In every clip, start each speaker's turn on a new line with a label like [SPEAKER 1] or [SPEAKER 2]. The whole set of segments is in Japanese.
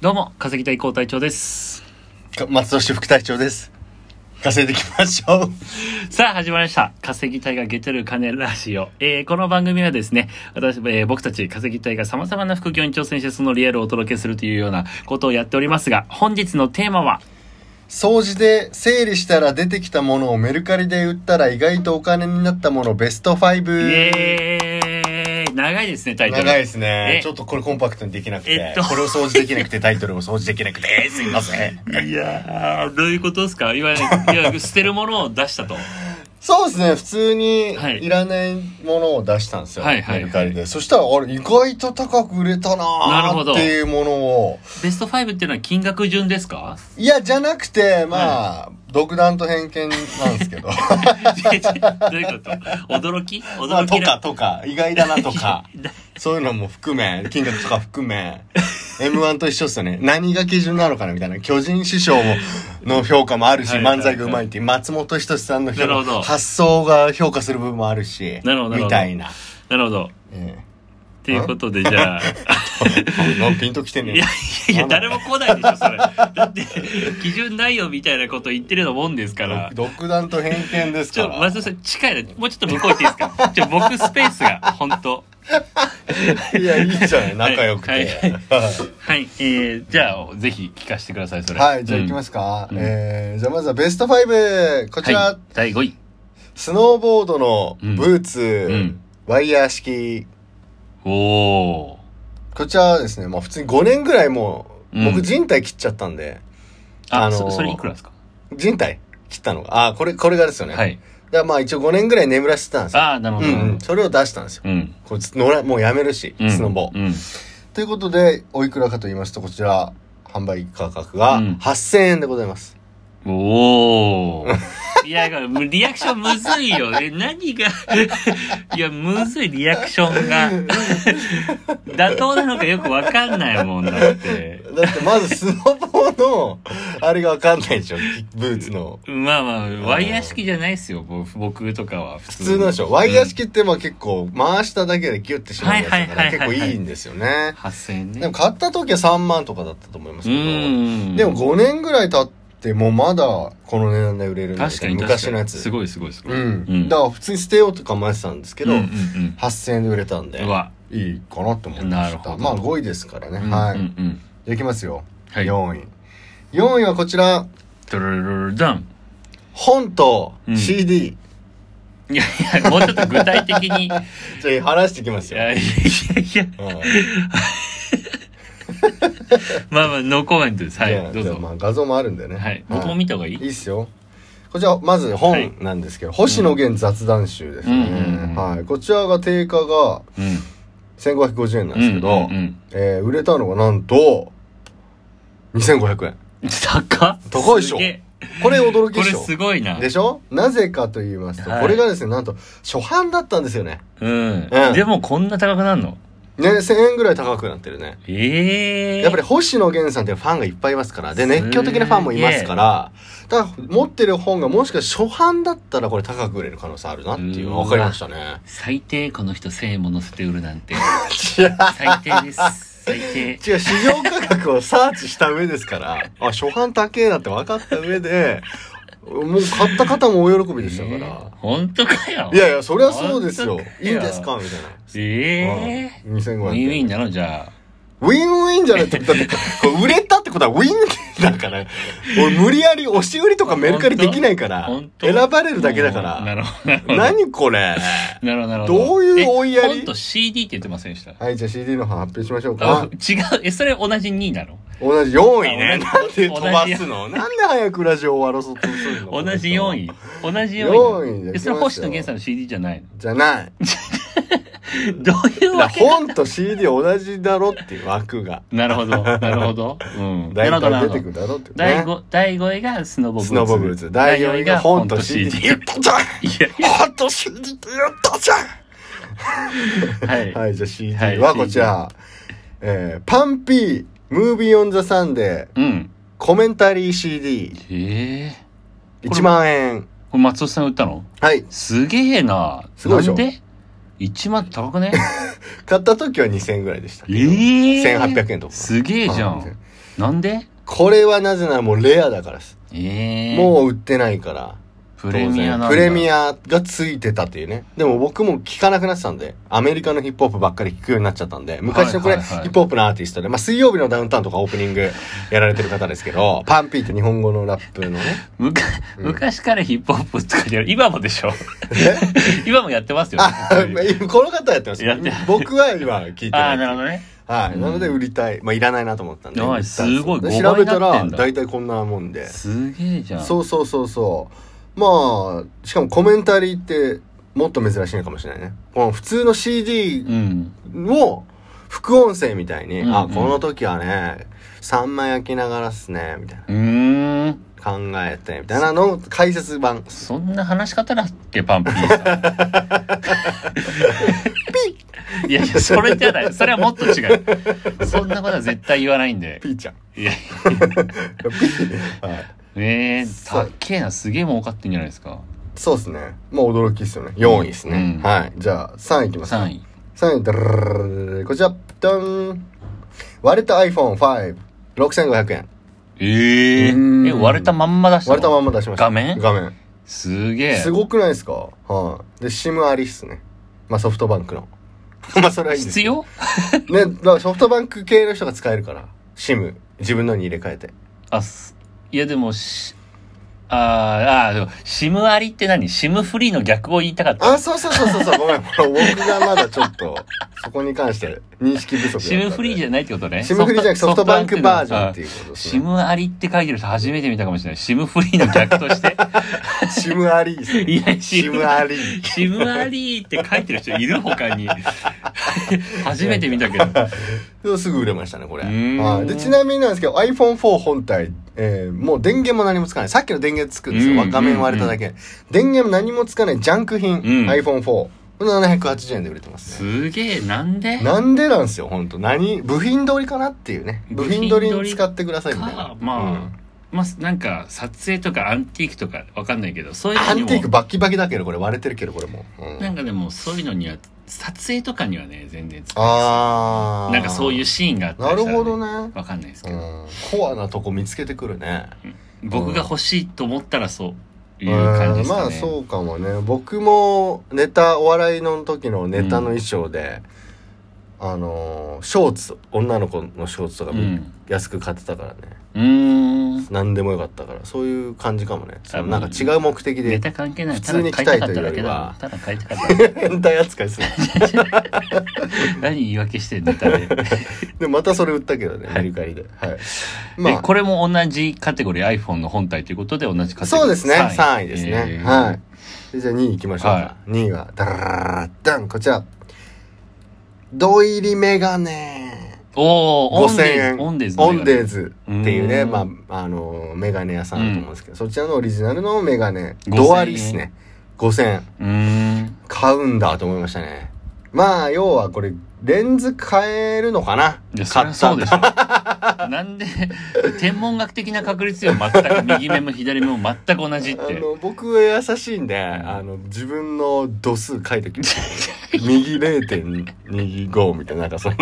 [SPEAKER 1] どうも、稼ぎたい高隊長です。
[SPEAKER 2] か松戸市副隊長です稼いでいきましょう
[SPEAKER 1] さあ、始まりました。稼ぎたいがゲテる金ラジオ。えー、この番組はですね、私、えー僕たち稼ぎたいが様々な副業に挑戦してそのリアルをお届けするというようなことをやっておりますが、本日のテーマは、
[SPEAKER 2] 掃除で整理したら出てきたものをメルカリで売ったら意外とお金になったものベス
[SPEAKER 1] イ
[SPEAKER 2] ト5
[SPEAKER 1] エーイ長いですね、タイトル。
[SPEAKER 2] 長いですね
[SPEAKER 1] え
[SPEAKER 2] ちょっとこれコンパクトにできなくて、
[SPEAKER 1] えっと
[SPEAKER 2] これを掃除できなくてタイトルを掃除できなくてすいません
[SPEAKER 1] いやー、どういうことですかいわゆる、いわゆる捨てるものを出したと。
[SPEAKER 2] そうですね普通に
[SPEAKER 1] はい
[SPEAKER 2] いらないものを出したんですよ、
[SPEAKER 1] はいはいはい
[SPEAKER 2] メルカリでそしたらあれ意外と高く売れたな
[SPEAKER 1] なるほ
[SPEAKER 2] ー
[SPEAKER 1] ど
[SPEAKER 2] っていうものを
[SPEAKER 1] ベスト5っていうのは金額順ですか
[SPEAKER 2] いやじゃなくてまあ、独断と偏見なんですけ
[SPEAKER 1] ど
[SPEAKER 2] ど
[SPEAKER 1] ういうこと驚き
[SPEAKER 2] まあ、
[SPEAKER 1] 驚
[SPEAKER 2] と
[SPEAKER 1] きな
[SPEAKER 2] かとか、意外だなと か、そういうのも含め、金額とか含め、M1 と一緒っすよね。何が基準なのかなみたいな。巨人師匠も、の評価もあるし、
[SPEAKER 1] はいはいはい
[SPEAKER 2] 漫才がうまいっていう、松本人志さんの評
[SPEAKER 1] なるほど
[SPEAKER 2] 価、発想が評価する部分もあるし、
[SPEAKER 1] なるほどなるほど
[SPEAKER 2] みたいな。
[SPEAKER 1] なるほど。
[SPEAKER 2] え
[SPEAKER 1] ということで、じゃあ。
[SPEAKER 2] えなんピンときてね
[SPEAKER 1] いやいやいや、誰も来ないでしょ、それ。だって、基準ないよみたいなこと言ってるようなもんですから
[SPEAKER 2] 独。独断と偏見です
[SPEAKER 1] ち
[SPEAKER 2] か
[SPEAKER 1] ょ、
[SPEAKER 2] ら
[SPEAKER 1] 松。田さん、近いな。もうちょっと向こう行っていいです かちょ、僕スペースが、ほんと。
[SPEAKER 2] いや、いいじゃない、仲良くて。
[SPEAKER 1] は
[SPEAKER 2] はいい、
[SPEAKER 1] はい、えー、じゃあ、ぜひ聞かせてください、それ。。
[SPEAKER 2] はいじゃあ行きますすか。
[SPEAKER 1] うん
[SPEAKER 2] えー、じゃあまずはベスト5、こちら。
[SPEAKER 1] はい、第5位。
[SPEAKER 2] スノーボードのブーツ、
[SPEAKER 1] うん
[SPEAKER 2] ワイヤー式。
[SPEAKER 1] おー。
[SPEAKER 2] こちらはですね、まあ普通に5年ぐらいもう、
[SPEAKER 1] う
[SPEAKER 2] 僕
[SPEAKER 1] ん
[SPEAKER 2] 人体切っちゃったんで、
[SPEAKER 1] あ、
[SPEAKER 2] あのー
[SPEAKER 1] そそれいくらですか
[SPEAKER 2] 人体切ったのが、あーこれ、これがですよね。
[SPEAKER 1] は
[SPEAKER 2] だ
[SPEAKER 1] い。
[SPEAKER 2] からまあ一応5年ぐらい眠らせてたんですよ。
[SPEAKER 1] あー、なるほ
[SPEAKER 2] う
[SPEAKER 1] ど。
[SPEAKER 2] んうん。それを出したんですよ。
[SPEAKER 1] うん。
[SPEAKER 2] こいつ乗らもうやめるし、
[SPEAKER 1] うん。
[SPEAKER 2] スノボ、
[SPEAKER 1] うん。
[SPEAKER 2] ということで、おいくらかと言いますと、こちら、販売価格が
[SPEAKER 1] うん
[SPEAKER 2] 8000円でございます。
[SPEAKER 1] おー。いや、リアクションむずいよ。え、何が、 いや、むずいリアクションが。妥当なのかよくわかんないもんだって。
[SPEAKER 2] だってまずスノボの、あれがわかんないでしょ、ブーツの。
[SPEAKER 1] まあまあ、ワイヤー式じゃないっすよ、僕僕とかは。普
[SPEAKER 2] 普通のでしょ。ワイヤー式ってまあ結構回しただけでギュッてしまうやつだ
[SPEAKER 1] はい
[SPEAKER 2] か
[SPEAKER 1] はい
[SPEAKER 2] ら
[SPEAKER 1] はい
[SPEAKER 2] 結
[SPEAKER 1] はい
[SPEAKER 2] 構いいんですよね。
[SPEAKER 1] ?8000 円ね。
[SPEAKER 2] でも買った時は3万とかだったと思います
[SPEAKER 1] う
[SPEAKER 2] けど。
[SPEAKER 1] ん。
[SPEAKER 2] でも5年ぐらい経ってもまだこの値段で売れるんで
[SPEAKER 1] 確
[SPEAKER 2] す
[SPEAKER 1] か
[SPEAKER 2] よ
[SPEAKER 1] に確かに
[SPEAKER 2] 昔のやつ。
[SPEAKER 1] すごいすごいすごい。
[SPEAKER 2] うん。だから普通に捨てようとか迷ってたんですけど、
[SPEAKER 1] うんうん
[SPEAKER 2] 8000円で売れたん
[SPEAKER 1] う
[SPEAKER 2] で
[SPEAKER 1] ん。う、わ。
[SPEAKER 2] いいかなと思いま
[SPEAKER 1] なる
[SPEAKER 2] し
[SPEAKER 1] ほど
[SPEAKER 2] た。まあ5位ですからね。
[SPEAKER 1] うん
[SPEAKER 2] は
[SPEAKER 1] う
[SPEAKER 2] い。
[SPEAKER 1] んうん。
[SPEAKER 2] じゃあいきますよ。
[SPEAKER 1] はい。
[SPEAKER 2] 4位。4位はこちら、
[SPEAKER 1] ドロロロダン。
[SPEAKER 2] 本と
[SPEAKER 1] うん
[SPEAKER 2] CD。
[SPEAKER 1] いやいや、もうちょっと具体的に。い
[SPEAKER 2] じゃあ話していきますよ。
[SPEAKER 1] やいやいやいや。
[SPEAKER 2] うん
[SPEAKER 1] まあまあ、ノーコメントです。は
[SPEAKER 2] じゃ
[SPEAKER 1] い、
[SPEAKER 2] あ
[SPEAKER 1] どう
[SPEAKER 2] じゃあ
[SPEAKER 1] ぞ。
[SPEAKER 2] まあ画像もあるんでね。
[SPEAKER 1] はい。僕も見た方がい
[SPEAKER 2] い
[SPEAKER 1] い
[SPEAKER 2] いっすよ。こちら、まず本なんですけど、星野源雑談集です
[SPEAKER 1] うんうんうんう
[SPEAKER 2] ね
[SPEAKER 1] ん。
[SPEAKER 2] はい。こちらが定価が
[SPEAKER 1] うん。
[SPEAKER 2] 1550円なんですけ
[SPEAKER 1] うん
[SPEAKER 2] ど
[SPEAKER 1] う、ん
[SPEAKER 2] えー売れたのがなんと、2500円。
[SPEAKER 1] うん高っ
[SPEAKER 2] 高いっしょ
[SPEAKER 1] すげえ
[SPEAKER 2] これ驚き
[SPEAKER 1] こ
[SPEAKER 2] で
[SPEAKER 1] れ
[SPEAKER 2] しょ
[SPEAKER 1] すごいな。
[SPEAKER 2] でしょなぜかと言いますと、
[SPEAKER 1] はい
[SPEAKER 2] これがですね、なんと、初版だったんですよね。
[SPEAKER 1] うん
[SPEAKER 2] う。ん
[SPEAKER 1] でもこんな高くなるの
[SPEAKER 2] ね、1000円ぐらい高くなってるね。
[SPEAKER 1] ええ。
[SPEAKER 2] やっぱり星野源さんってファンがいっぱいいますから、で、熱狂的なファンもいますから、だから持ってる本がもしかして初版だったらこれ高く売れる可能性あるなっていうのが分かりまし たね。
[SPEAKER 1] 最低この人1000円も乗せて売る なんて。
[SPEAKER 2] いや
[SPEAKER 1] 最低です。最低。
[SPEAKER 2] 違う、市場価格をサーチした上ですから、あ、初版高えなって分かった上で、もう買った方も大喜びでしたから。
[SPEAKER 1] 本当かよ。
[SPEAKER 2] いやいや、そりゃそうですよ
[SPEAKER 1] 本当。だ
[SPEAKER 2] い
[SPEAKER 1] よ
[SPEAKER 2] いんですかみたいな。
[SPEAKER 1] ええ。
[SPEAKER 2] うん2500
[SPEAKER 1] ウィンウィン
[SPEAKER 2] 円。
[SPEAKER 1] なのじゃあ。
[SPEAKER 2] ウィンウィンじゃないと、だって、こう売れたってことはウィンだから、俺無理やり押し売りとかメルカリできないから
[SPEAKER 1] 本、当
[SPEAKER 2] 選ばれるだけだから。
[SPEAKER 1] うんなるほど。なるほど
[SPEAKER 2] 何これ
[SPEAKER 1] なるほど、なるほど。
[SPEAKER 2] どういう追いやり
[SPEAKER 1] え本と CD って言ってませんでした。
[SPEAKER 2] はい、じゃあ CD の方発表しましょう
[SPEAKER 1] あ
[SPEAKER 2] か。
[SPEAKER 1] 違う。え、それ同じ2位なの
[SPEAKER 2] 同じ4位ね。
[SPEAKER 1] あ
[SPEAKER 2] な
[SPEAKER 1] 同
[SPEAKER 2] ん
[SPEAKER 1] じ
[SPEAKER 2] で飛ばすのなんで早くラジオ終わらそうとするの
[SPEAKER 1] 同じ4位。。同じ4位なの。
[SPEAKER 2] 4位で
[SPEAKER 1] え、それ星野源さんの CD じゃない
[SPEAKER 2] じゃない。
[SPEAKER 1] のどういう
[SPEAKER 2] だから
[SPEAKER 1] わけ
[SPEAKER 2] 本と CD 同じだろっていう枠が。
[SPEAKER 1] なるほど、なるほど。うん。な
[SPEAKER 2] 大
[SPEAKER 1] るほど、なる
[SPEAKER 2] 体出
[SPEAKER 1] ほど
[SPEAKER 2] てく。るだろって、ね。
[SPEAKER 1] 第5、第5位がスノボブーツ。
[SPEAKER 2] スノボブーツ。第4位が本と CD。
[SPEAKER 1] いや
[SPEAKER 2] 言ったじゃん本と CD って言ったじゃん
[SPEAKER 1] はい。
[SPEAKER 2] はい、じゃあ CD
[SPEAKER 1] はい
[SPEAKER 2] はこちら。えー、パンピー、ムービーオンザサンデー、
[SPEAKER 1] うん。
[SPEAKER 2] コメンタリー CD、
[SPEAKER 1] ええ。これ
[SPEAKER 2] 1万円。
[SPEAKER 1] これ松尾さんが売ったの
[SPEAKER 2] はい。
[SPEAKER 1] すげえな。
[SPEAKER 2] すごいでしょ
[SPEAKER 1] なんで ?1 万高 くね
[SPEAKER 2] 買った時は2000円ぐらいでしたけど。
[SPEAKER 1] ええ。
[SPEAKER 2] 1800円とか。
[SPEAKER 1] すげえじゃ
[SPEAKER 2] はい
[SPEAKER 1] ん。なんで
[SPEAKER 2] これはなぜならもうレアだからです。
[SPEAKER 1] ええ
[SPEAKER 2] もう売ってないから。
[SPEAKER 1] プレミアなんだ
[SPEAKER 2] プレミアがついてたっていうね。でも僕も聞かなくなってたんで、アメリカのヒップホップばっかり聞くようになっちゃったんで、昔のこれ、
[SPEAKER 1] はいはいはい
[SPEAKER 2] ヒップホップのアーティストで、まあ水曜日のダウンタウンとかオープニングやられてる方ですけど、パンピーって日本語のラップのね。
[SPEAKER 1] むか
[SPEAKER 2] うん
[SPEAKER 1] 昔からヒップホップとかじゃない今もでしょ今もやってますよ、ね、
[SPEAKER 2] あ、この方やってます
[SPEAKER 1] やって。
[SPEAKER 2] 僕は今聞いて
[SPEAKER 1] あ
[SPEAKER 2] な
[SPEAKER 1] あ
[SPEAKER 2] い。
[SPEAKER 1] なるほどね
[SPEAKER 2] はい。なので売りたい。まあいらないなと思ったんで。
[SPEAKER 1] はい
[SPEAKER 2] 売ったんです
[SPEAKER 1] ごい
[SPEAKER 2] で
[SPEAKER 1] 5
[SPEAKER 2] 調べ
[SPEAKER 1] 倍
[SPEAKER 2] た
[SPEAKER 1] になっ
[SPEAKER 2] ら、
[SPEAKER 1] てんだ
[SPEAKER 2] 大体こんなもんで。
[SPEAKER 1] すげえじゃん
[SPEAKER 2] そうそうそうそう。まあ、しかもコメンタリーって、もっと珍しいのかもしれないね。この普通の CD
[SPEAKER 1] うん
[SPEAKER 2] を副音声みたいに、
[SPEAKER 1] うんうん
[SPEAKER 2] あ、この時はね、サンマ焼きながらっすね、みたいな。
[SPEAKER 1] うーん
[SPEAKER 2] 考えて、みたいなのを解 説版。
[SPEAKER 1] そんな話し方だっけパンピーさんいやいやそれじゃないそれはもっと違うそんなことは絶対言わないんで
[SPEAKER 2] ピーちゃん。
[SPEAKER 1] いや
[SPEAKER 2] ピー。はい。
[SPEAKER 1] えー、
[SPEAKER 2] そ
[SPEAKER 1] た
[SPEAKER 2] う
[SPEAKER 1] っけえなすげえ儲かってんじゃないですか
[SPEAKER 2] そうですね。まあ驚きっすよね。4位ですね。
[SPEAKER 1] うん
[SPEAKER 2] はい。じゃあ、3位いきます。
[SPEAKER 1] 3位
[SPEAKER 2] 3位、ドルこちら、ドン。割れた iPhone5。6500円。
[SPEAKER 1] え
[SPEAKER 2] うん
[SPEAKER 1] ー、え割れたまんま出したの
[SPEAKER 2] 割れたまんま出しました。
[SPEAKER 1] 画面
[SPEAKER 2] 画面。
[SPEAKER 1] すげえ
[SPEAKER 2] すごくないですかはい。で、SIM ありっすね。まあソフトバンクの。まあそれはいいです
[SPEAKER 1] 必。要
[SPEAKER 2] ね、だからソフトバンク系の人が使えるから。SIM。自分のに入れ替えて。
[SPEAKER 1] あすいやでもしあーあーでもシムありって何シムフリーの逆を言いたかった
[SPEAKER 2] あ、そうそうそうそうそう。ごめん。僕がまだちょっと、そこに関して認識不足だったんで。
[SPEAKER 1] シムフリーじゃないってことね
[SPEAKER 2] シムフリーじゃなくてソフトバンクバージョンって
[SPEAKER 1] いう
[SPEAKER 2] いうことです
[SPEAKER 1] シ
[SPEAKER 2] ね。
[SPEAKER 1] ムありって書いてる人初めて見たかもしれないシムフリーの逆として
[SPEAKER 2] シムアリーですね。
[SPEAKER 1] いや
[SPEAKER 2] シ
[SPEAKER 1] シ
[SPEAKER 2] ム
[SPEAKER 1] ム
[SPEAKER 2] アリー。
[SPEAKER 1] シムありって書いてる人いる他 に初めて見たけど
[SPEAKER 2] でもすぐ売れましたね、これ。
[SPEAKER 1] うーん
[SPEAKER 2] はいで、ちなみになんですけど、iPhone4 本体、えーもう電源も何もつかない。さっきの電源つくんです
[SPEAKER 1] うんう
[SPEAKER 2] よ。
[SPEAKER 1] んうん
[SPEAKER 2] 画面割れただけ。電源も何もつかないジャンク品、
[SPEAKER 1] ん
[SPEAKER 2] iPhone4。これ780円で売れてますね。
[SPEAKER 1] すげえなんで
[SPEAKER 2] なんでなんですよ、ほんと。何部品取りかなっていうね。部品取りに使ってくださいみたいな
[SPEAKER 1] か。まあ、まあなんか撮影とかアンティークとかわかんないけどそう
[SPEAKER 2] う
[SPEAKER 1] い
[SPEAKER 2] ん
[SPEAKER 1] う
[SPEAKER 2] ア
[SPEAKER 1] のに
[SPEAKER 2] ンティーク
[SPEAKER 1] も
[SPEAKER 2] バッキバキだけど、これ割れてるけど、これもう。うん
[SPEAKER 1] なんかでもそういうのには撮影とかにはね全然使え
[SPEAKER 2] あー。
[SPEAKER 1] なんかそういうシーンがあった
[SPEAKER 2] な
[SPEAKER 1] りし
[SPEAKER 2] る
[SPEAKER 1] たらね、
[SPEAKER 2] ほどね。
[SPEAKER 1] わかんないです
[SPEAKER 2] う
[SPEAKER 1] けど、
[SPEAKER 2] ん。コアなとこ見つけてくるね。
[SPEAKER 1] 僕が欲しいと思ったらそういう感じですかね
[SPEAKER 2] まあそうかもね僕もネタお笑いの時のネタの衣装で、あのーショーツ女の子のショーツとか
[SPEAKER 1] ううん
[SPEAKER 2] 安く買ってたからね、
[SPEAKER 1] うーん
[SPEAKER 2] 何でもよかったからそういう感じかもねその
[SPEAKER 1] あ
[SPEAKER 2] なんか違う目的
[SPEAKER 1] ネ
[SPEAKER 2] で
[SPEAKER 1] タ関係ない
[SPEAKER 2] 普通に
[SPEAKER 1] た
[SPEAKER 2] 来
[SPEAKER 1] だ
[SPEAKER 2] た
[SPEAKER 1] 買いた
[SPEAKER 2] いと
[SPEAKER 1] かった
[SPEAKER 2] い
[SPEAKER 1] だ
[SPEAKER 2] うよ
[SPEAKER 1] け
[SPEAKER 2] り
[SPEAKER 1] だ
[SPEAKER 2] は
[SPEAKER 1] ただ買いたかっただけ
[SPEAKER 2] 変態扱いする
[SPEAKER 1] 何言い訳してんネタで、
[SPEAKER 2] でもまたそれ売ったけどねメルカリではいま
[SPEAKER 1] えこれも同じカテゴリー iPhone の本体ということで同じカ
[SPEAKER 2] あ
[SPEAKER 1] テゴリー
[SPEAKER 2] そうですね
[SPEAKER 1] 三
[SPEAKER 2] 3位ですね、
[SPEAKER 1] えー
[SPEAKER 2] はいでじゃあ2位いきましょうか、
[SPEAKER 1] は
[SPEAKER 2] 2位はダララララダンこちら土入りメガネ
[SPEAKER 1] おお、オン
[SPEAKER 2] 5000
[SPEAKER 1] デー
[SPEAKER 2] 円。
[SPEAKER 1] ズ、オンデーズのメ
[SPEAKER 2] オン
[SPEAKER 1] ガネ。
[SPEAKER 2] デーズっていうね、
[SPEAKER 1] う
[SPEAKER 2] ま
[SPEAKER 1] ん
[SPEAKER 2] あ、あの、メガネ屋さんだと思うんですけど、そちらのオリジナルのメガネ、
[SPEAKER 1] 5000
[SPEAKER 2] ドアリっすね。5000円。
[SPEAKER 1] うーん。
[SPEAKER 2] 買うんだと思いましたね。まあ、要はこれ、レンズ変えるのかない
[SPEAKER 1] や、そり
[SPEAKER 2] 買
[SPEAKER 1] ゃ
[SPEAKER 2] っ
[SPEAKER 1] そ
[SPEAKER 2] た
[SPEAKER 1] うんでし
[SPEAKER 2] だ。
[SPEAKER 1] ょ。 なんで、天文学的な確率よ、全く。右目も左目も全く同じっ
[SPEAKER 2] あ
[SPEAKER 1] て。
[SPEAKER 2] の、僕は優しいんで、あの、自分の度数書いてきて、 右0.25みたいな、なんかその、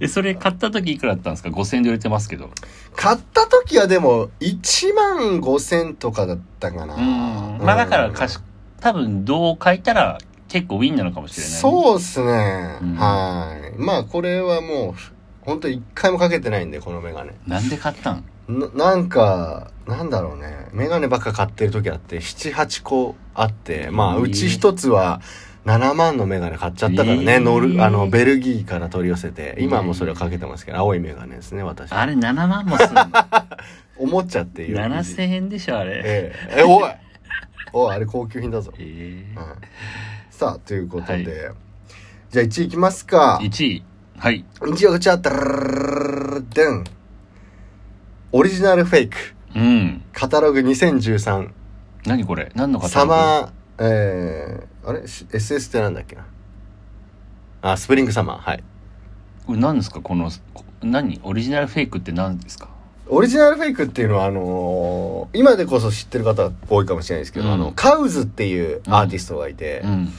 [SPEAKER 1] え、それ買った時いくらだったんですか ?5000 円で売れてますけど。
[SPEAKER 2] 買った時はでも、1万5000とかだったかな。
[SPEAKER 1] うん。まあだから、かし、多分、どう書いたら結構ウィンなのかもしれない。う。
[SPEAKER 2] そうっすね。
[SPEAKER 1] うん
[SPEAKER 2] はい。まあ、これはもう、ほんと一回もかけてないんで、このメガネ。
[SPEAKER 1] なんで買ったん
[SPEAKER 2] ななんか、なんだろうね。メガネばっか買ってる時あって、7、8個あって、まあ、
[SPEAKER 1] えー
[SPEAKER 2] うち一つは、7万のメガネ買っちゃったからね、
[SPEAKER 1] えー
[SPEAKER 2] ノル、あの、ベルギーから取り寄せて、今もそれをかけてますけど、青いメガネですね、私。
[SPEAKER 1] あれ7万もすんの
[SPEAKER 2] おもちゃっ ていう。
[SPEAKER 1] ?7000 円でしょ、あれ。
[SPEAKER 2] えええ、おいおい、あれ高級品だぞ。
[SPEAKER 1] え
[SPEAKER 2] うんさあ、ということで、
[SPEAKER 1] はい
[SPEAKER 2] じゃあ1位いきますか。
[SPEAKER 1] ー、1位。はい。
[SPEAKER 2] 一応こちら、ダラララでん。オリジナルフェイク。
[SPEAKER 1] うん。
[SPEAKER 2] カタログ2013。
[SPEAKER 1] 何これ何の方
[SPEAKER 2] サマー、えー、あれし ?SS ってなんだっけなあ、スプリングサマー。はい。
[SPEAKER 1] これ何ですかこのこ何オリジナルフェイクって何ですか
[SPEAKER 2] オリジナルフェイクっていうのは、あのー今でこそ知ってる方多いかもしれないですけど、
[SPEAKER 1] うん
[SPEAKER 2] あの、カウズっていうアーティストがいて、
[SPEAKER 1] うん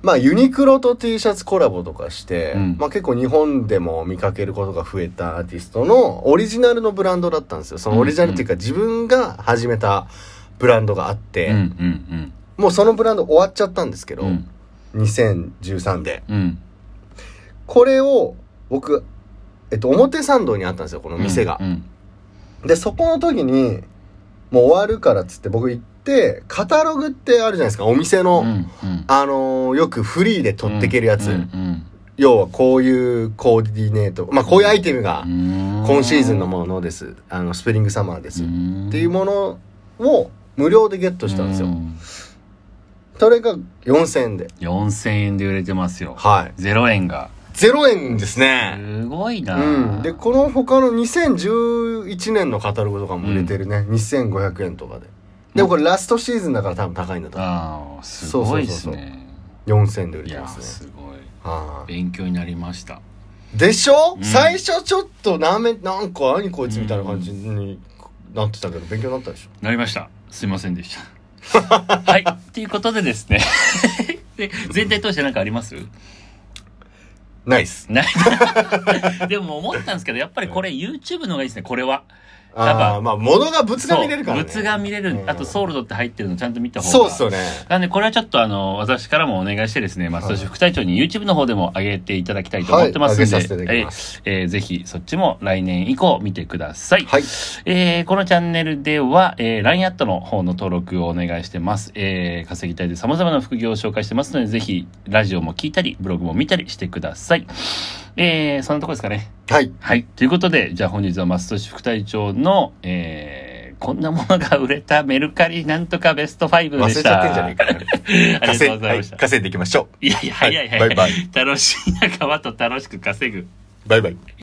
[SPEAKER 2] まあユニクロと T シャツコラボとかして、
[SPEAKER 1] うん
[SPEAKER 2] まあ結構日本でも見かけることが増えたアーティストのオリジナルのブランドだったんですよ。そのオリジナルっていうか自分が始めたブランドがあって、
[SPEAKER 1] うんうん
[SPEAKER 2] もうそのブランド終わっちゃったんですけ
[SPEAKER 1] う
[SPEAKER 2] ど、
[SPEAKER 1] んうん
[SPEAKER 2] 2013で。
[SPEAKER 1] うん
[SPEAKER 2] これを僕、えっと表参道にあったんですよ、この店が
[SPEAKER 1] う。ん
[SPEAKER 2] で、そこの時に、もう終わるからっつって僕行って、カタログってあるじゃないですか、お店の。
[SPEAKER 1] うんうん
[SPEAKER 2] あのーよくフリーで取ってけるやつ。
[SPEAKER 1] うんうん
[SPEAKER 2] 要はこういうコーディネート。まあこういうアイテムが
[SPEAKER 1] う、ん
[SPEAKER 2] 今シーズンのものです。あの、スプリングサマーです。っ
[SPEAKER 1] ん
[SPEAKER 2] ていうものを無料でゲットしたんです
[SPEAKER 1] う
[SPEAKER 2] よ。それが4000円で。
[SPEAKER 1] 4000円で売れてますよ
[SPEAKER 2] はい。
[SPEAKER 1] 0円が
[SPEAKER 2] 0円ですね。
[SPEAKER 1] すごいな
[SPEAKER 2] うん。で、この他の2011年のカタログとかも売れてるね。2500円とかで。でもこれラストシーズンだから多分高いんだと思う。
[SPEAKER 1] ああすごいです
[SPEAKER 2] そう
[SPEAKER 1] ね
[SPEAKER 2] 4000円で売れ
[SPEAKER 1] い
[SPEAKER 2] て
[SPEAKER 1] や
[SPEAKER 2] ますね。
[SPEAKER 1] すごい
[SPEAKER 2] はい
[SPEAKER 1] 勉強になりました
[SPEAKER 2] でしょ、
[SPEAKER 1] うん
[SPEAKER 2] 最初ちょっとなめなんか何こいつみたいな感じになってたけど勉強になったでしょ
[SPEAKER 1] なりましたすいませんでした はいっていうことでですね で全体通して何かあります
[SPEAKER 2] ナイス
[SPEAKER 1] ないでも思ったんですけどやっぱりこれ YouTube の方がいいですねこれは
[SPEAKER 2] ああまあ物が物が見れるからね
[SPEAKER 1] 物が見れる、
[SPEAKER 2] うん
[SPEAKER 1] あとソウルドって入ってるのちゃんと見た方が
[SPEAKER 2] そうっすよね
[SPEAKER 1] なんでこれはちょっとあの私からもお願いしてですね、まあ、
[SPEAKER 2] はい
[SPEAKER 1] 私副隊長に YouTube の方でも上げていただきたいと思ってますんで、
[SPEAKER 2] はい上げさせていただきます
[SPEAKER 1] えーえーぜひそっちも来年以降見てください。
[SPEAKER 2] はい
[SPEAKER 1] えーこのチャンネルでは、えー LINE アットの方の登録をお願いしてます。えー稼ぎたいで様々な副業を紹介してますので、ぜひラジオも聞いたり、ブログも見たりしてください。えーそんなとこですかね。
[SPEAKER 2] はい
[SPEAKER 1] はい。ということで、じゃあ本日は松俊副隊長の、えーこんなものが売れたメルカリなんとかベスト5
[SPEAKER 2] 忘
[SPEAKER 1] で
[SPEAKER 2] れ
[SPEAKER 1] し
[SPEAKER 2] ち
[SPEAKER 1] た。
[SPEAKER 2] ゃってんじゃねえかな
[SPEAKER 1] ありがとうございました。
[SPEAKER 2] はい稼いでいきましょ
[SPEAKER 1] いやいや、
[SPEAKER 2] うは
[SPEAKER 1] 早い早い。
[SPEAKER 2] バイバイ
[SPEAKER 1] 楽しい仲間と楽しく稼ぐ。
[SPEAKER 2] バイバイ